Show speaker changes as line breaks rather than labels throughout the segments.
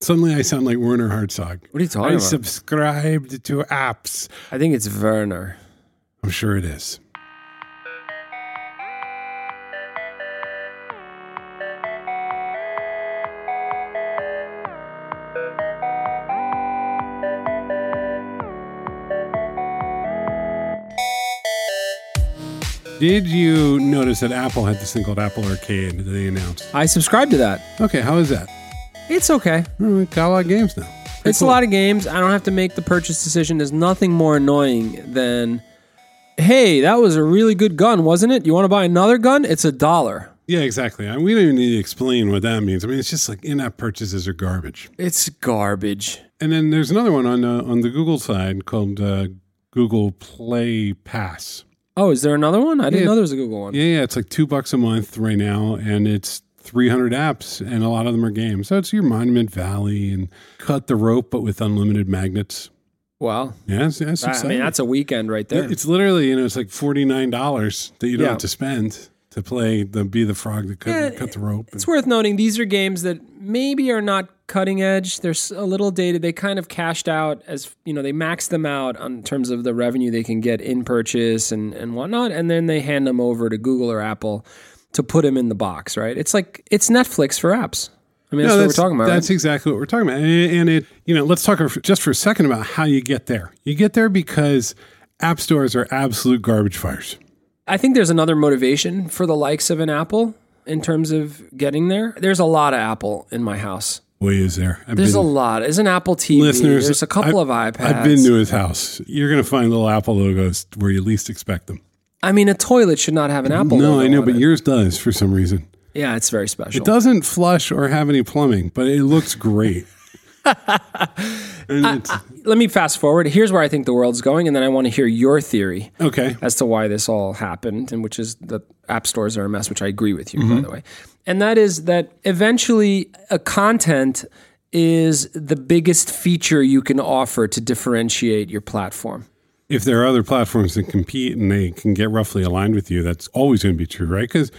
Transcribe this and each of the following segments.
Suddenly I sound like Werner Herzog.
What are you talking
I
about?
subscribed to apps.
I think it's Werner.
I'm sure it is. Did you notice that Apple had this thing called Apple Arcade that they announced?
I subscribe to that.
Okay, how is that?
It's okay.
Oh, it got a lot of games now. Pretty
It's
cool.
a lot of games. I don't have to make the purchase decision. There's nothing more annoying than, hey, that was a really good gun, wasn't it? You want to buy another gun? It's a dollar.
Yeah, exactly. I, we don't even need to explain what that means. I mean, it's just like in-app purchases are garbage.
It's garbage.
And then there's another one on uh, on the Google side called uh, Google Play Pass.
Oh, is there another one? I didn't
Yeah.
know there was a Google one.
Yeah, yeah, it's like two bucks a month right now, and it's 300 apps, and a lot of them are games. So it's your Monument Valley and Cut the Rope, but with unlimited magnets.
Wow.
Yeah, that's, that's
I
exciting.
mean, that's a weekend right there.
it's literally you know it's like forty nine dollars that you don't
Yeah.
have to spend to play the be the frog that cut,
Yeah,
cut the rope.
It's worth noting these are games that maybe are not cutting edge. They're s- a little dated. They kind of cashed out as you know they maxed them out on terms of the revenue they can get in purchase and and whatnot, and then they hand them over to Google or Apple to put them in the box. Right? It's like it's Netflix for apps. I mean, that's, what we're talking about.
That's
right?
exactly what we're talking about. And, and it, you know, let's talk for- just for a second about how you get there. You get there because app stores are absolute garbage fires.
I think there's another motivation for the likes of an Apple in terms of getting there. There's a lot of Apple in my house.
Way is there? I've
There's a
been-
lot. There's an Apple TV.
Listeners,
there's a couple of iPads.
I've been to his house. You're going to find little Apple logos where you least expect them.
I mean, a toilet should not have an Apple.
No,
logo
I know,
on
but
it.
yours does for some reason.
Yeah, it's very special.
It doesn't flush or have any plumbing, but it looks great. And it's-
Let me fast forward. Here's where I think the world's going, and then I want to hear your theory
okay.
as to why this all happened, and which is that app stores are a mess, which I agree with you,
Mm-hmm.
by the way. And that is that eventually a content is the biggest feature you can offer to differentiate your platform.
if there are other platforms that compete and they can get roughly aligned with you, that's always going to be true, right? Because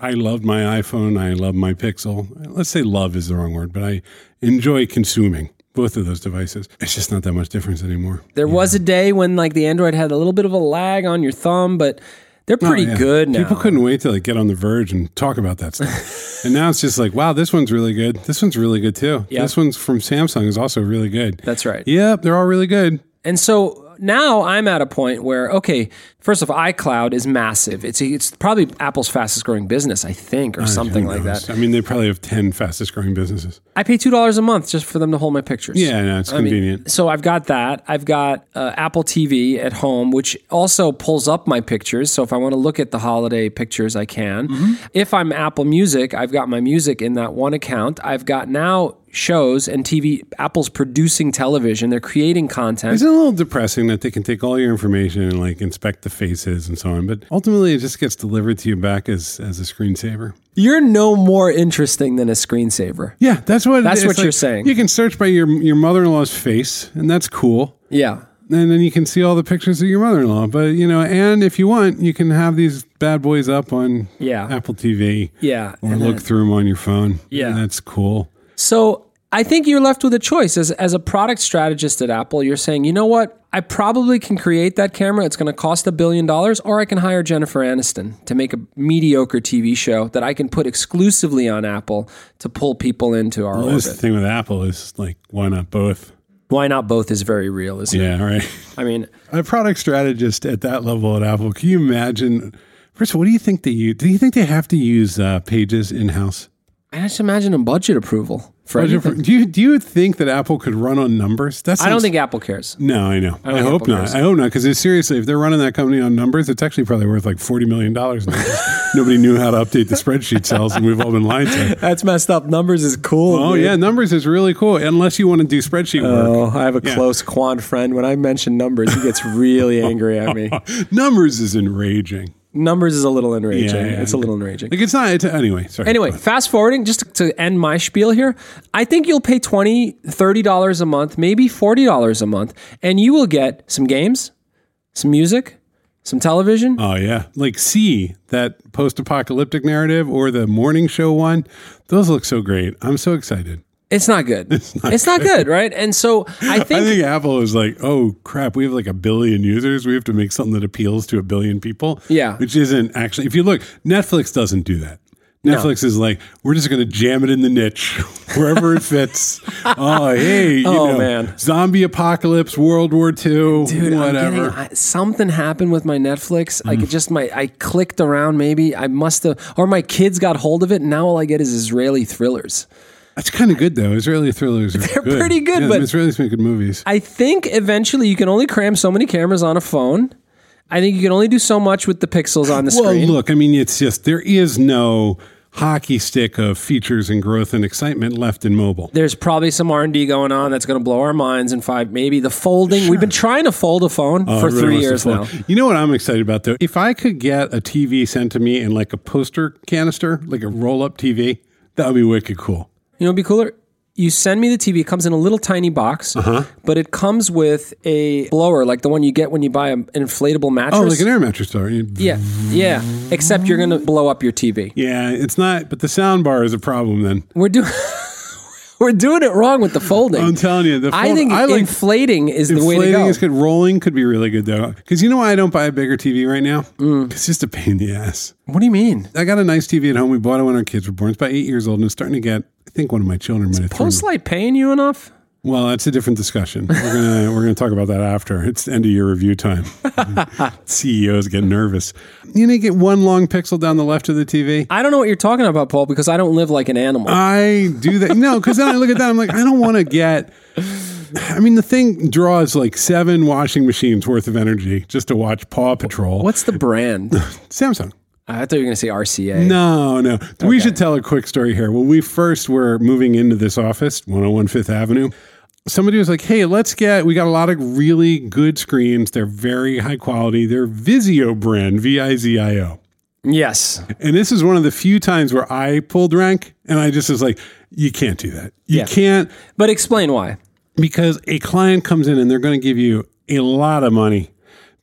I loved my iPhone, I love my Pixel. Let's say love is the wrong word, but I enjoy consuming both of those devices. It's just not that much difference anymore.
There was a day when like the Android had a little bit of a lag on your thumb, but they're pretty
Oh, Yeah.
good now.
People couldn't wait to like get on the verge and talk about that stuff. and now it's just like, wow, this one's really good. This one's really good too.
Yep.
This one's from Samsung is also really good.
That's right.
Yep, they're all really good.
And so now I'm at a point where, okay, first off, iCloud is massive. It's it's probably Apple's fastest growing business, I think, or something
Who
like
knows?
that.
I mean, they probably have 10 fastest growing businesses.
I pay two dollars a month just for them to hold my pictures.
Yeah, no, it's
I mean,
convenient.
so I've got that. I've got uh, Apple TV at home, which also pulls up my pictures. So if I want to look at the holiday pictures, I can. If I'm Apple Music, I've got my music in that one account. I've got now shows and TV. Apple's producing television. They're creating content.
It's a little depressing that they can take all your information and like inspect the faces and so on, but ultimately it just gets delivered to you back as as a screensaver.
You're no more interesting than a screensaver.
Yeah, that's what. it
That's
is.
what you're saying.
You can search by your your mother in law's face, and that's cool.
Yeah.
And then you can see all the pictures of your mother in law. But you know, and if you want, you can have these bad boys up on
Yeah.
Apple TV.
Yeah.
Or look through them on your phone.
Yeah.
And that's cool.
So I think you're left with a choice as as a product strategist at Apple. You're saying, you know what? I probably can create that camera. It's going to cost a billion dollars, or I can hire Jennifer Aniston to make a mediocre TV show that I can put exclusively on Apple to pull people into our
That's the
orbit.
thing with Apple is like, why not both?
Why not both is very real, isn't it?
Yeah, right.
I mean,
A product strategist at that level at Apple, can you imagine? First of all, what do you think they use? Do you think they have to use uh, Pages in house?
I just imagine a budget approval for
Do
everything.
you do you think that Apple could run on numbers? That's
I don't think Apple cares.
No, I know. I,
think
hope
Apple
not.
cares.
I hope not. Because seriously, if they're running that company on numbers, it's actually probably worth like forty million dollars. Nobody knew how to update the spreadsheet cells, and we've all been lied to.
That's messed up. Numbers is cool.
Oh yeah, numbers is really cool. Unless you want to do spreadsheet work,
Oh, I have a close quant friend. When I mention numbers, he gets really angry at me.
numbers is enraging.
Numbers is a little enraging.
Yeah, yeah.
It's a little enraging.
Like it's not. It's, anyway, sorry.
Anyway, fast forwarding just to to end my spiel here, I think you'll pay 20, 30 dollars a month, maybe 40 dollars a month, and you will get some games, some music, some television.
Oh yeah, like C that post-apocalyptic narrative or the morning show one. Those look so great. I'm so excited.
It's not good. It's not, good, right? And so I
I
think,
think Apple is like, oh crap, we have like a billion users. We have to make something that appeals to a billion people.
Yeah.
Which isn't actually, if you look, Netflix doesn't do that. Netflix is like, we're just going to jam it in the niche wherever it fits. oh, hey, you
Oh,
know,
man.
zombie apocalypse, World War II,
dude, I'm
whatever.
getting- I- something happened with my Netflix. Like it just my I clicked around. Maybe I must have, or my kids got hold of it. And now all I get is Israeli thrillers.
That's kind of good though. Israeli thrillers are They're
pretty good, but-
Israelis make good movies.
I think eventually you can only cram so many cameras on a phone. I think you can only do so much with the pixels on the
Well,
screen.
look, I mean, it's just there is no hockey stick of features and growth and excitement left in mobile.
There's probably some R and D going on that's going to blow our minds in five. Maybe the folding. We've been trying to fold a phone for
Everyone
three
wants to
years now.
fold. You know what I'm excited about though? If I could get a TV sent to me in like a poster canister, like a roll-up TV, that would be wicked cool.
You know, what'd be cooler. You send me the TV. It comes in a little tiny box,
Uh-huh.
but it comes with a blower, like the one you get when you buy a- an inflatable mattress.
Oh, like an air mattress store.
yeah, yeah. Except you're gonna blow up your TV.
Yeah, it's not, but the sound bar is a problem then.
We're doing we're doing it wrong with the folding.
I'm telling you, the
I
fold-
think
I like
inflating is the way to
Inflating
go.
is good. Rolling could be really good though, because you know why I don't buy a bigger TV right now?
Mm.
It's just a pain in the ass.
What do you mean?
I got a nice TV at home. We bought it when our kids were born. It's about eight years old, and it's starting to get. I think one of my children might have thrown.
Postlight paying you enough?
Well, that's a different discussion. We're gonna we're gonna talk about that after. It's end of year review time. CEOs get nervous. You know, you get one long pixel down the left of the TV.
I don't know what you're talking about, Paul, because I don't live like an animal.
I do that. No, because then I look at that. I'm like, I don't want to get. I mean, the thing draws like seven washing machines worth of energy just to watch Paw Patrol.
What's the brand?
Samsung?
I thought you were going to say RCA.
No, no. We should tell a quick story here. When we first were moving into this office, 101 Fifth Avenue, somebody was like, hey, let's get, we got a lot of really good screens. They're very high quality. They're Vizio brand, V I Z I O.
Yes.
And this is one of the few times where I pulled rank and I just was like, you can't do that. You can't
But explain why.
because a client comes in and they're going to give you a lot of money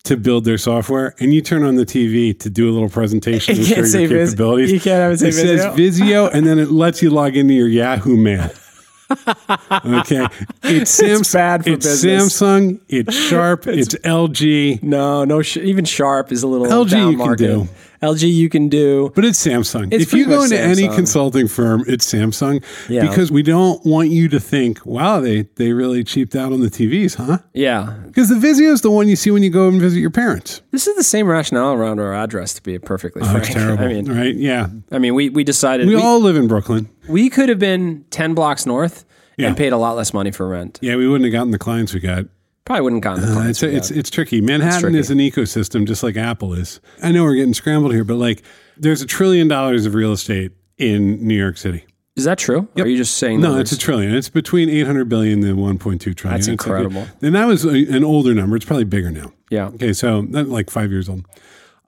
to build their software, and you turn on the TV to do a little presentation to
You
show your
can't say Viz-
capabilities.
you can't have it say
it says Vizio, and then it lets you log into your Yahoo Mail. okay, it's, Samsung,
bad for
it's
business.
Samsung. It's Sharp. it's LG.
No, no. Sh- even Sharp is a little
LG
down
you can
market.
do.
LG you can do.
But it's Samsung. if
pretty
you go
much
into any
Samsung.
consulting firm, it's Samsung
Yeah.
because we don't want you to think, "Wow, they they really cheaped out on the TVs, huh?"
Yeah.
Because the Vizio is the one you see when you go and visit your parents.
This is the same rationale around our address, to be perfectly frank.
That's terrible,
I mean,
right? Yeah,
I mean, we, we decided
we
Oh, we,
all live in Brooklyn.
we could have been 10 blocks north
Yeah.
and paid a lot less money for rent.
Yeah, we wouldn't have gotten the clients we got.
Probably wouldn't have gotten the clients.
It's it's, it's tricky. Manhattan
tricky.
is an ecosystem, just like Apple is. I know we're getting scrambled here, but like, there's a trillion dollars of real estate in New York City.
is that true? Or are you just saying
No,
that
it's a trillion. It's between 800 billion and 1.2 trillion. That's
incredible.
and that was a, an older number. It's probably bigger now.
Yeah.
Okay, so not like five years old.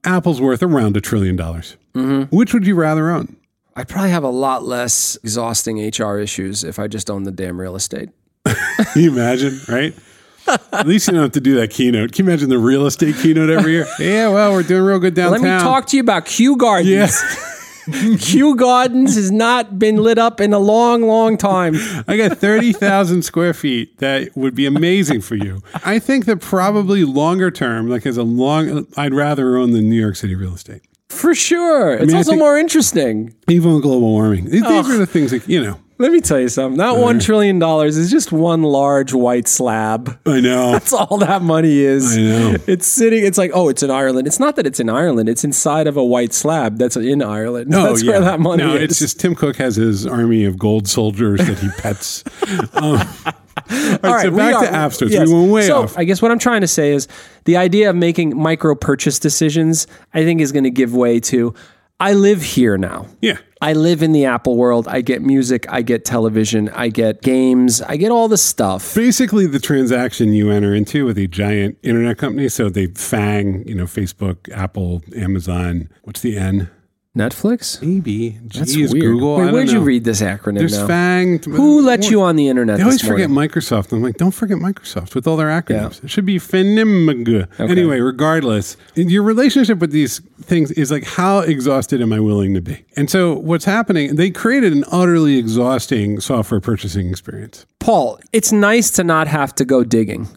Apple's worth around a trillion dollars. Which would you rather own?
I'd probably have a lot less exhausting HR issues if I just owned the damn real estate.
Can you imagine, right? At least you don't have to do that keynote. Can you imagine the real estate keynote every year? Yeah, well, we're doing real good
Let
downtown.
me talk to you about Kew Gardens.
Yeah.
Kew Gardens has not been lit up in a long, long time.
I got 30,000 square feet that would be amazing for you. I think that probably longer term, like as a long, I'd rather own the New York City real estate.
For sure. It's
I
also
think-
more interesting.
Even on global warming. These these are the things that, you know,
Let me tell you something. That $1 trillion dollars is just one large white slab.
I know.
That's all that money is.
I know.
It's sitting, it's like, oh, it's in Ireland. It's not that it's in Ireland, it's inside of a white slab that's in Ireland.
Oh,
that's
yeah.
where that money
no,
is.
it's just Tim Cook has his army of gold soldiers that he pets. Um, all right, so
we
back
are-
to app stores.
yes.
We went way
so
off.
I guess what I'm trying to say is the idea of making micro purchase decisions, I think, is going to give way to I live here now.
Yeah.
I live in the Apple world. I get music, I get television, I get games, I get all the stuff.
basically the transaction you enter into with a giant internet company. So they fang, you know, Facebook, Apple, Amazon. What's the N?
Netflix?
Maybe.
That's
Jeez,
weird.
Google. I
Wait,
don't
where'd you
know.
read this acronym
There's
now?
fanged.
Who let you on the internet?
They always
this morning?
forget Microsoft. I'm like, don't forget Microsoft with all their acronyms. It should be FNIMG.
Okay.
Anyway, regardless, your relationship with these things is like, how exhausted am I willing to be? And so what's happening, they created an utterly exhausting software purchasing experience.
Paul, it's nice to not have to go digging.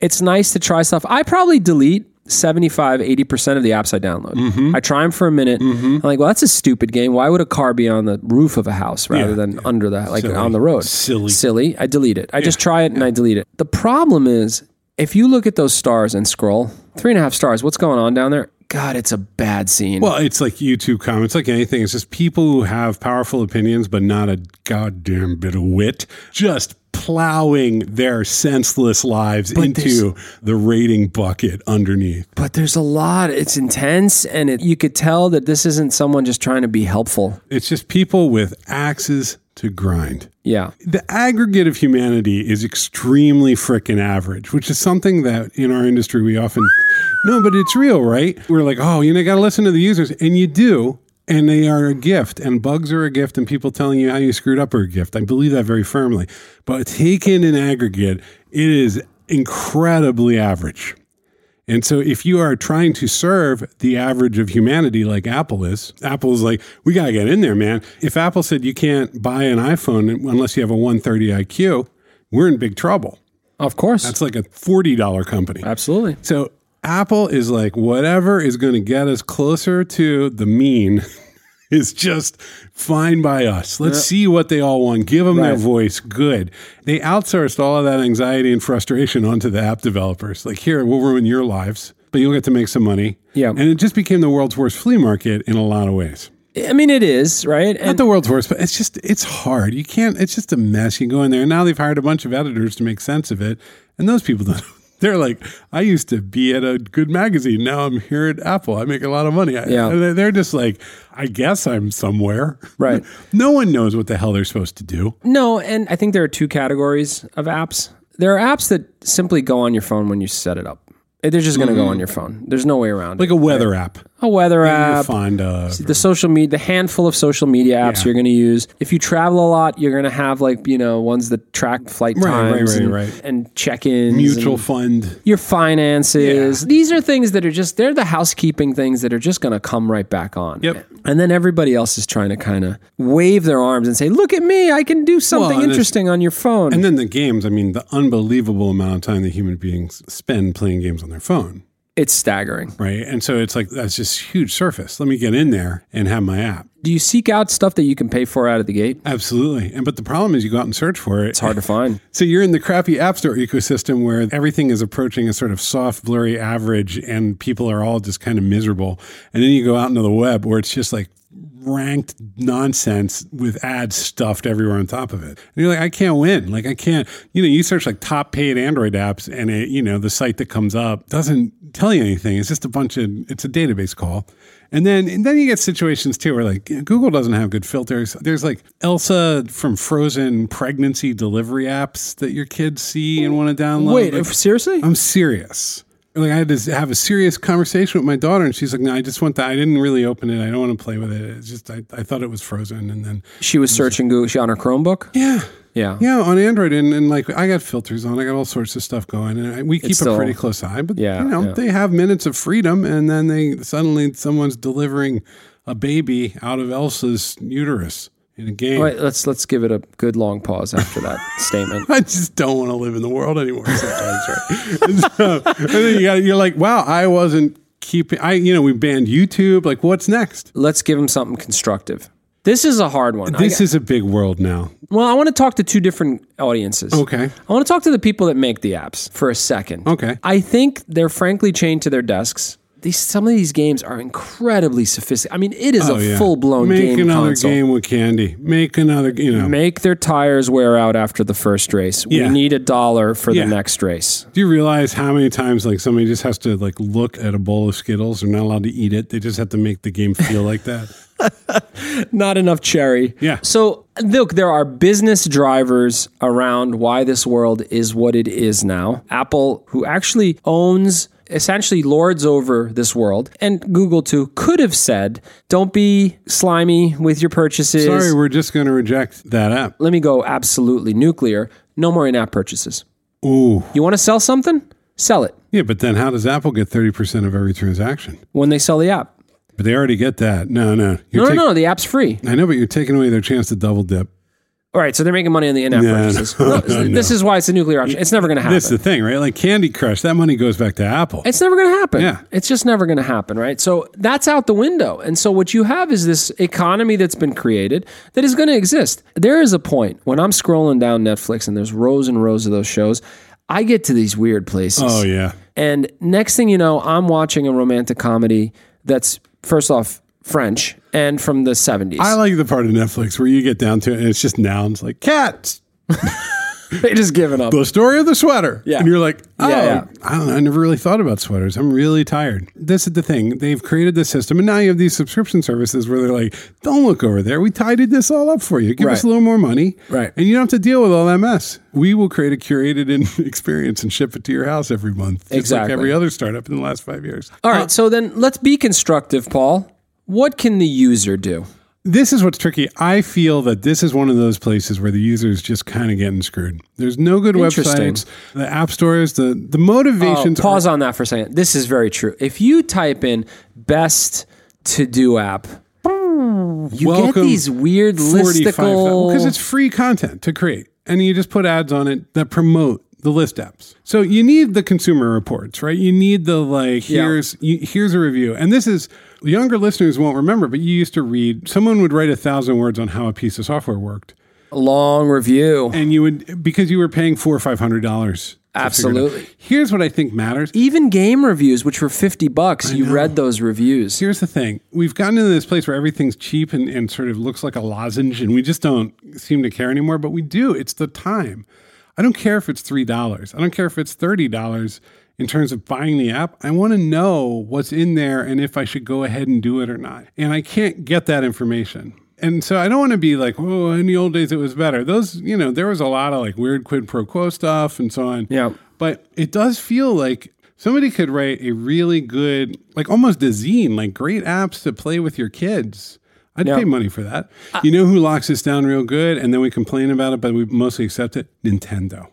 It's nice to try stuff. I probably delete 75, 80% of the apps I download.
Mm-hmm.
I try them for a minute. I'm like, well, that's a stupid game. Why would a car be on the roof of a house rather
Yeah,
than under the, like
Silly.
on the road?
Silly.
Silly. I delete it. I just try it and I delete it. The problem is if you look at those stars and scroll, three and a half stars, what's going on down there? God, it's a bad scene.
Well, it's like YouTube comments, like anything. It's just people who have powerful opinions, but not a goddamn bit of wit, just plowing their senseless lives into the rating bucket underneath.
but there's a lot. It's intense and it, you could tell that this isn't someone just trying to be helpful.
It's just people with axes to grind.
Yeah.
The aggregate of humanity is extremely frickin' average, which is something that in our industry we often no, but it's real, right? We're like, oh, you know, got to listen to the users, and you do, and they are a gift, and bugs are a gift, and people telling you how you screwed up are a gift. I believe that very firmly. But taken in aggregate, it is incredibly average. And so, if you are trying to serve the average of humanity like Apple is, Apple's like, we got to get in there, man. If Apple said you can't buy an iPhone unless you have a 130 IQ, we're in big trouble.
Of course.
That's like a $40 company.
Absolutely.
So, Apple is like, whatever is going to get us closer to the mean is just fine by us. Let's see what they all want. Give them their
Right.
voice. Good. They outsourced all of that anxiety and frustration onto the app developers. Like, here, we'll ruin your lives, but you'll get to make some money.
Yeah.
And it just became the world's worst flea market in a lot of ways.
I mean, it is right.
Not
And
the world's worst, but it's just, it's hard. You can't, it's just a mess. You go in there, and now they've hired a bunch of editors to make sense of it. And those people don't. They're like, I used to be at a good magazine. Now I'm here at Apple. I make a lot of money. I-
Yeah.
and They're just like, I guess I'm somewhere.
Right.
no one knows what the hell they're supposed to do.
no, and I think there are two categories of apps. There are apps that simply go on your phone when you set it up. They're just going to go on your phone. There's no way around
Mm-hmm. Like
it.
a weather app.
A weather
You'll
app,
find uh,
the social media, the handful of social media apps
Yeah.
you're going to use. If you travel a lot, you're going to have like you know ones that track flight
Right, right,
times
right,
and,
right.
and check-ins,
mutual
and
fund.
your finances. These are things that are just they're the housekeeping things that are just going to come right back on.
Yep.
And then everybody else is trying to kind of wave their arms and say, "Look at me! I can do something
Well, and
interesting on your phone."
And then the games. I mean, the unbelievable amount of time that human beings spend playing games on their phone.
it's staggering.
Right. And so it's like, that's just huge surface. Let me get in there and have my app.
Do you seek out stuff that you can pay for out of the gate?
Absolutely. And but the problem is you go out and search for it.
It's hard to find.
So you're in the crappy app store ecosystem where everything is approaching a sort of soft, blurry average and people are all just kind of miserable. And then you go out into the web where it's just like ranked nonsense with ads stuffed everywhere on top of it. And you're like, I can't win. Like I can't, you know, you search like top paid Android apps and it, you know, the site that comes up doesn't tell you anything. It's just a bunch of it's a database call. And then and then you get situations too where like Google doesn't have good filters. There's like Elsa from Frozen pregnancy delivery apps that your kids see and want to download.
Wait,
Like,
if- seriously?
I'm serious. Like I had to have a serious conversation with my daughter, and she's like, "No, I just want that. I didn't really open it. I don't want to play with it. It's just I, I thought it was frozen." And then
she was searching Google she on her Chromebook.
yeah,
Yeah.
yeah, on Android, and, and like I got filters on. I got all sorts of stuff going, and I, we keep
It's
a
still-
pretty close eye. But
Yeah,
you know,
yeah.
they have minutes of freedom, and then they suddenly someone's delivering a baby out of Elsa's uterus in a game.
Wait, let's let's give it a good long pause after that statement.
I just don't want to live in the world anymore. Sometimes, right? and, so, and then you got, you're like, wow, I wasn't keeping. I, you know, we banned YouTube. Like, what's next?
Let's give them something constructive. This is a hard one. I
This is a big world now.
Well, I want to talk to two different audiences.
Okay.
I want to talk to the people that make the apps for a second.
Okay.
I think they're frankly chained to their desks. These some of these games are incredibly sophisticated. I mean, it is a full blown
Oh, Make
game
another
console.
game with candy. Make another. You know,
Make their tires wear out after the first race.
Yeah.
We need a dollar for
Yeah.
the next race.
do you realize how many times like somebody just has to like look at a bowl of Skittles? They're not allowed to eat it. They just have to make the game feel like that.
Not enough cherry.
Yeah.
So look, there are business drivers around why this world is what it is now. Apple, who actually owns essentially lords over this world, and Google too could have said, "Don't be slimy with your purchases."
Sorry, we're just going to reject that app.
Let me go absolutely nuclear. No more in-app purchases.
Ooh.
You want to sell something? Sell it
Yeah, but then how does Apple get 30% of every transaction?
when they sell the app.
But they already get that. No, no.
No,
You're
no, no. The app's free.
no. I know, but you're taking away their chance to double dip.
All right, so they're making money on the in-app
No,
purchases.
no,
No,
no,
This is why it's a nuclear option. It's never going to happen.
That's the thing, right? Like Candy Crush, that money goes back to Apple.
It's never going to happen.
Yeah.
It's just never going to happen, right? So that's out the window. And so what you have is this economy that's been created that is going to exist. There is a point when I'm scrolling down Netflix and there's rows and rows of those shows, I get to these weird places.
Oh, yeah.
And next thing you know, I'm watching a romantic comedy that's first off French and from the 70s.
I like the part of Netflix where you get down to it and it's just nouns like cats,
they just giving up.
the story of the sweater.
Yeah.
And you're like, oh,
Yeah, yeah.
I don't know. I never really thought about sweaters. I'm really tired. This is the thing. They've created this system. And now you have these subscription services where they're like, don't look over there. We tidied this all up for you. Give us a
Right.
little more money.
Right.
And you don't have to deal with all that mess. We will create a curated in- experience and ship it to your house every month. Just
Exactly.
Like every other startup in the last five years.
All right, so then let's be constructive, Paul. What can the user do?
this is what's tricky. I feel that this is one of those places where the user is just kind of getting screwed. There's no good
Interesting.
websites. The app stores, the the
Oh,
motivations.
pause on that for a second. This is very true. If you type in best to do app, you get
Welcome
these weird listicle.
because it's free content to create, and you just put ads on it that promote the list apps. So you need the consumer reports, right? You need the like
Yeah.
here's you, here's a review, and this is younger listeners won't remember, but you used to read. Someone would write a thousand words on how a piece of software worked.
a long review.
and you would because you were paying four or five hundred dollars.
Absolutely.
Here's what I think matters.
Even game reviews, which were 50 bucks, you read those reviews.
Here's the thing: we've gotten into this place where everything's cheap and, and sort of looks like a lozenge, and we just don't seem to care anymore. But we do. It's the time. I don't care if it's three dollars. I don't care if it's thirty dollars in terms of buying the app. I want to know what's in there and if I should go ahead and do it or not. And I can't get that information. And so I don't want to be like, oh, in the old days it was better. Those, you know, there was a lot of like weird quid pro quo stuff and so on.
Yeah.
But it does feel like somebody could write a really good, like almost a zine, like great apps to play with your kids. I'd pay money for that. you know who locks us down real good and then we complain about it, but we mostly accept it? Nintendo.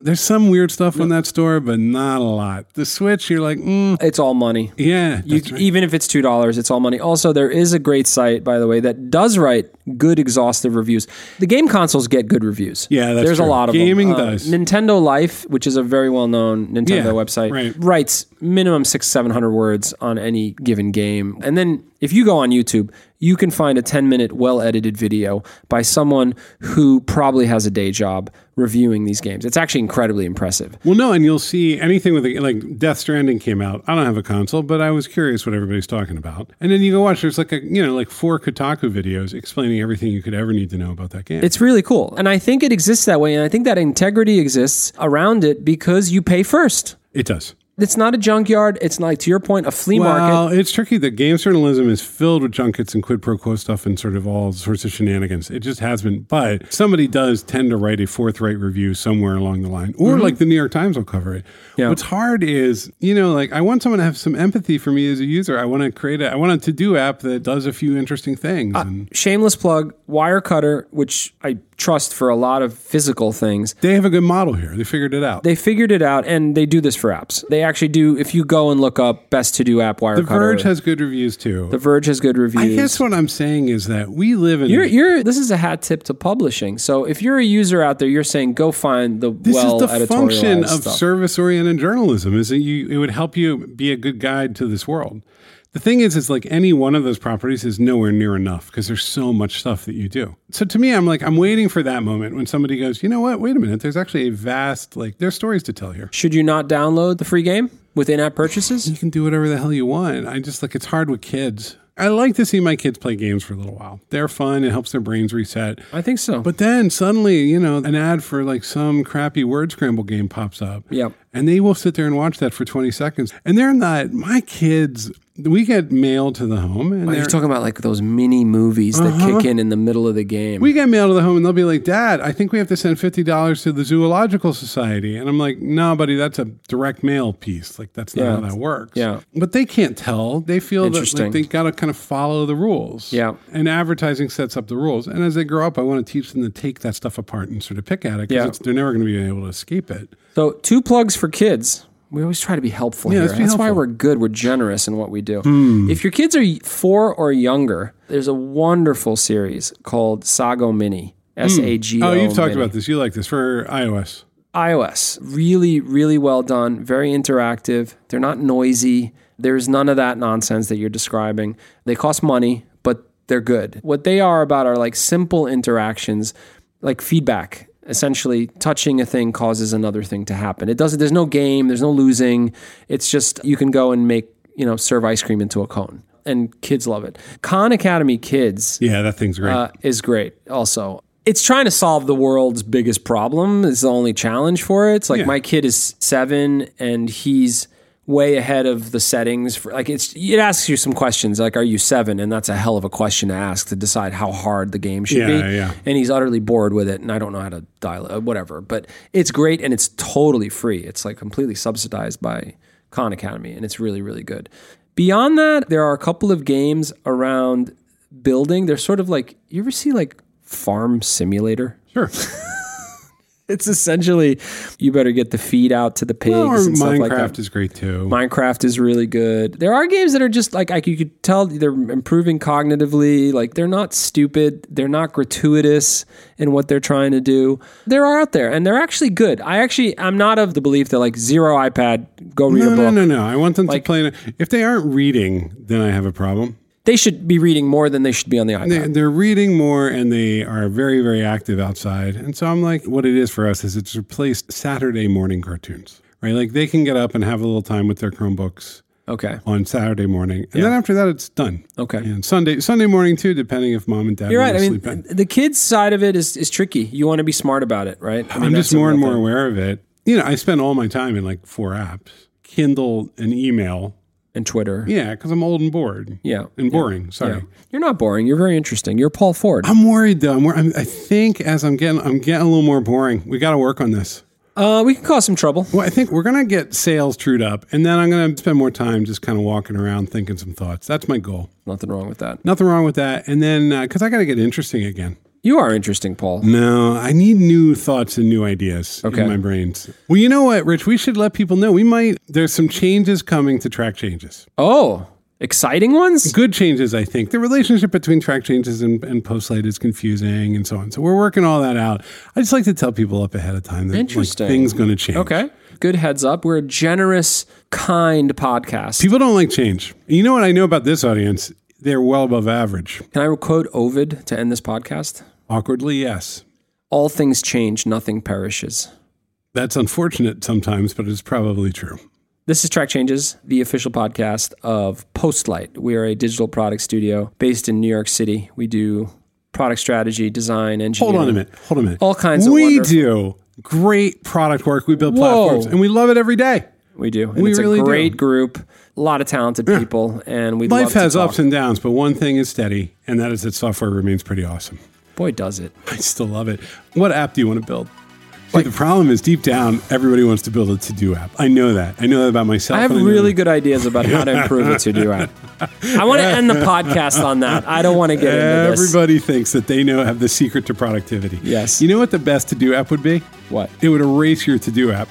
There's some weird stuff on that store, but not a lot. The Switch, you're like, mm,
It's all money.
yeah.
You,
that's right.
Even if it's $2, it's all money. Also, there is a great site, by the way, that does write good, exhaustive reviews. The game consoles get good reviews.
Yeah, that's
There's
true.
a lot of
Gaming
them. Uh,
does.
Nintendo Life, which is a very well known Nintendo
Yeah,
website,
right.
writes minimum six, 700 words on any given game. And then if you go on YouTube, you can find a 10 minute well edited video by someone who probably has a day job reviewing these games. It's actually incredibly impressive.
Well, no, and you'll see anything with a, like Death Stranding came out. I don't have a console, but I was curious what everybody's talking about. And then you go watch. There's like a you know like four Kotaku videos explaining everything you could ever need to know about that game.
It's really cool. And I think it exists that way. And I think that integrity exists around it because you pay first.
it does.
It's not a junkyard. It's like, to your point, a flea market.
Well, it's tricky. The games journalism is filled with junkets and quid pro quo stuff and sort of all sorts of shenanigans. It just has been. But somebody does tend to write a forthright review somewhere along the line,
Mm-hmm.
or like the New York Times will cover it. What's hard is, you know, like I want someone to have some empathy for me as a user. I want to create a, I want a to do app that does a few interesting
Uh,
things. and
Shameless plug, Wirecutter, which I trust for a lot of physical things.
they have a good model here. They figured it out.
They figured it out and they do this for apps. They actually do, if you go and look up best to do app Wirecutter,
the Verge has good reviews too.
The Verge has good reviews.
I guess what I'm saying is that we live in
You're, you're, this is a hat tip to publishing. So if you're a user out there, you're saying go find the
This
well
is the
editorialized
function of
stuff.
service-oriented journalism. Is that you? It would help you be a good guide to this world. The thing is, is like any one of those properties is nowhere near enough because there's so much stuff that you do. So to me, I'm like, I'm waiting for that moment when somebody goes, you know what? Wait a minute. There's actually a vast like there's stories to tell here.
Should you not download the free game with in-app purchases?
You can do whatever the hell you want. I just like it's hard with kids. I like to see my kids play games for a little while. They're fun. It helps their brains reset.
I think so.
But then suddenly, you know, an ad for like some crappy word scramble game pops up.
Yep.
And they will sit there and watch that for 20 seconds. And they're not, my kids we get mail to the home, and
You're
they're-
talking about like those mini movies that kick in in the middle of the game.
we get mail to the home, and they'll be like, "Dad, I think we have to send fifty dollars to the Zoological Society," and I'm like, "No, buddy, that's a direct mail piece. Like that's not
Yeah.
how that works."
Yeah.
but they can't tell. They feel that like,
Interesting.
they got to kind of follow the rules.
Yeah.
and advertising sets up the rules. And as they grow up, I want to teach them to take that stuff apart and sort of pick at it
Yeah.
because they're never going to be able to escape it.
so two plugs for kids. We always try to be helpful here.
let's
That's
be
why
helpful.
we're good. We're generous in what we do. If your kids are four or younger, there's a wonderful series called Sago Mini. S A G O.
Oh, you've talked
Mini.
about this. You like this for iOS.
iOS. Really, really well done. Very interactive. They're not noisy. There's none of that nonsense that you're describing. They cost money, but they're good. What they are about are like simple interactions, like feedback. Essentially, touching a thing causes another thing to happen. It doesn't, there's no game, there's no losing. It's just you can go and make, you know, serve ice cream into a cone. And kids love it. Khan Academy Kids
Yeah, that thing's great.
uh, is great also it's trying to solve the world's biggest problem is the only challenge for it it's like
Yeah.
my kid is seven and he's way ahead of the settings for like it's it asks you some questions like are you seven and that's a hell of a question to ask to decide how hard the game should
Yeah,
be
yeah.
and he's utterly bored with it and i don't know how to dial it uh, whatever but it's great and it's totally free it's like completely subsidized by khan academy and it's really really good beyond that there are a couple of games around building they're sort of like you ever see like farm simulator
sure.
it's essentially you better get the feed out to the pigs
Or
and stuff
Oh, Minecraft
like that
is great too.
Minecraft is really good. There are games that are just like, like you could tell they're improving cognitively. Like they're not stupid. They're not gratuitous in what they're trying to do. There are out there, and they're actually good. I actually I'm not of the belief that like zero iPad, go read a
no,
book.
no, no, no. I want them to play. If they aren't reading, then I have a problem.
They should be reading more than they should be on the iPad.
They, they're reading more and they are very, very active outside. And so I'm like, what it is for us is it's replaced Saturday morning cartoons, right? Like they can get up and have a little time with their Chromebooks
okay,
on Saturday morning. And then after that, it's done.
okay.
And Sunday, Sunday morning too, depending if mom and dad
You're
want
right. I
to
mean,
sleep in.
the kids side of it is is tricky. You want to be smart about it, right? I mean,
I'm
that's
just more
a
and
real
more
thing.
aware of it. You know, I spend all my time in like four apps, Kindle and email.
And Twitter.
Yeah, because I'm old and bored
Yeah.
and boring. Sorry.
yeah. You're not boring. You're very interesting. You're Paul Ford.
I'm worried though. I'm, wor- I'm, I think as I'm getting, I'm getting a little more boring. We got to work on this.
Uh, we can cause some trouble.
Well, I think we're gonna get sales trued up, and then I'm gonna spend more time just kind of walking around, thinking some thoughts. That's my goal.
Nothing wrong with that.
Nothing wrong with that. And then because I gotta get interesting again.
You are interesting, Paul.
No, I need new thoughts and new ideas
Okay.
in my brains. Well, you know what, Rich? We should let people know. We might. There's some changes coming to track changes.
Oh, exciting ones?
Good changes, I think. The relationship between track changes and, and post light is confusing and so on. So we're working all that out. I just like to tell people up ahead of time that like,
Interesting.
things gonna change.
Okay. Good heads up. We're a generous, kind podcast.
People don't like change. You know what I know about this audience? They're well above average.
Can I quote Ovid to end this podcast?
Awkwardly, yes.
All things change, nothing perishes.
That's unfortunate sometimes, but it's probably true.
This is Track Changes, the official podcast of Postlight. We are a digital product studio based in New York City. We do product strategy, design, engineering.
Hold on a minute. Hold on a minute.
All kinds of
We
wonderful-
do great product work. We build platforms and we love it every day.
We do. And
We
it's
really
a
do.
great group, a lot of talented people, and we
Life
love
has
to talk.
ups and downs, but one thing is steady, and that is that software remains pretty awesome.
Boy, does it.
I still love it. What app do you want to build? See, the problem is deep down, everybody wants to build a to do app. I know that. I know that about myself.
I have
and know
really
that-
good ideas about how to improve a to-do app. I want to end the podcast on that. I don't want to get into this.
Everybody thinks that they know have the secret to productivity.
Yes.
You know what the best to do app would be?
What?
It would erase your to do app.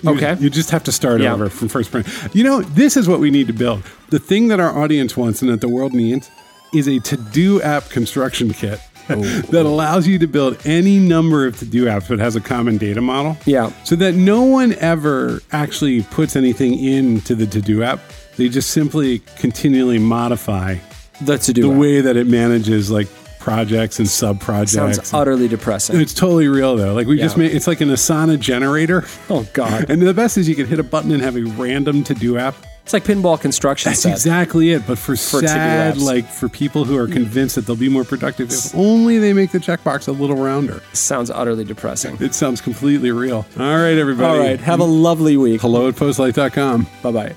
You-
Okay.
You just have to start
Yeah.
over from first principle. You know, this is what we need to build. The thing that our audience wants and that the world needs is a to do app construction kit that allows you to build any number of to do apps but has a common data model.
Yeah.
So that no one ever actually puts anything into the to do app. They just simply continually modify
The
the
to-do app
way that it manages like projects and sub
sounds
projects.
utterly depressing.
It's totally real though. Like we just
Yeah.
made it's like an Asana generator.
Oh God,
And the best is you can hit a button and have a random to do app.
it's like pinball construction.
That's
set.
exactly it. But for,
to-do
sad,
apps.
like for people who are convinced that they'll be more productive if only they make the checkbox a little rounder.
Sounds utterly depressing.
It sounds completely real. All right, everybody.
All right, have a lovely week.
Hello at postlight.com.
Bye bye.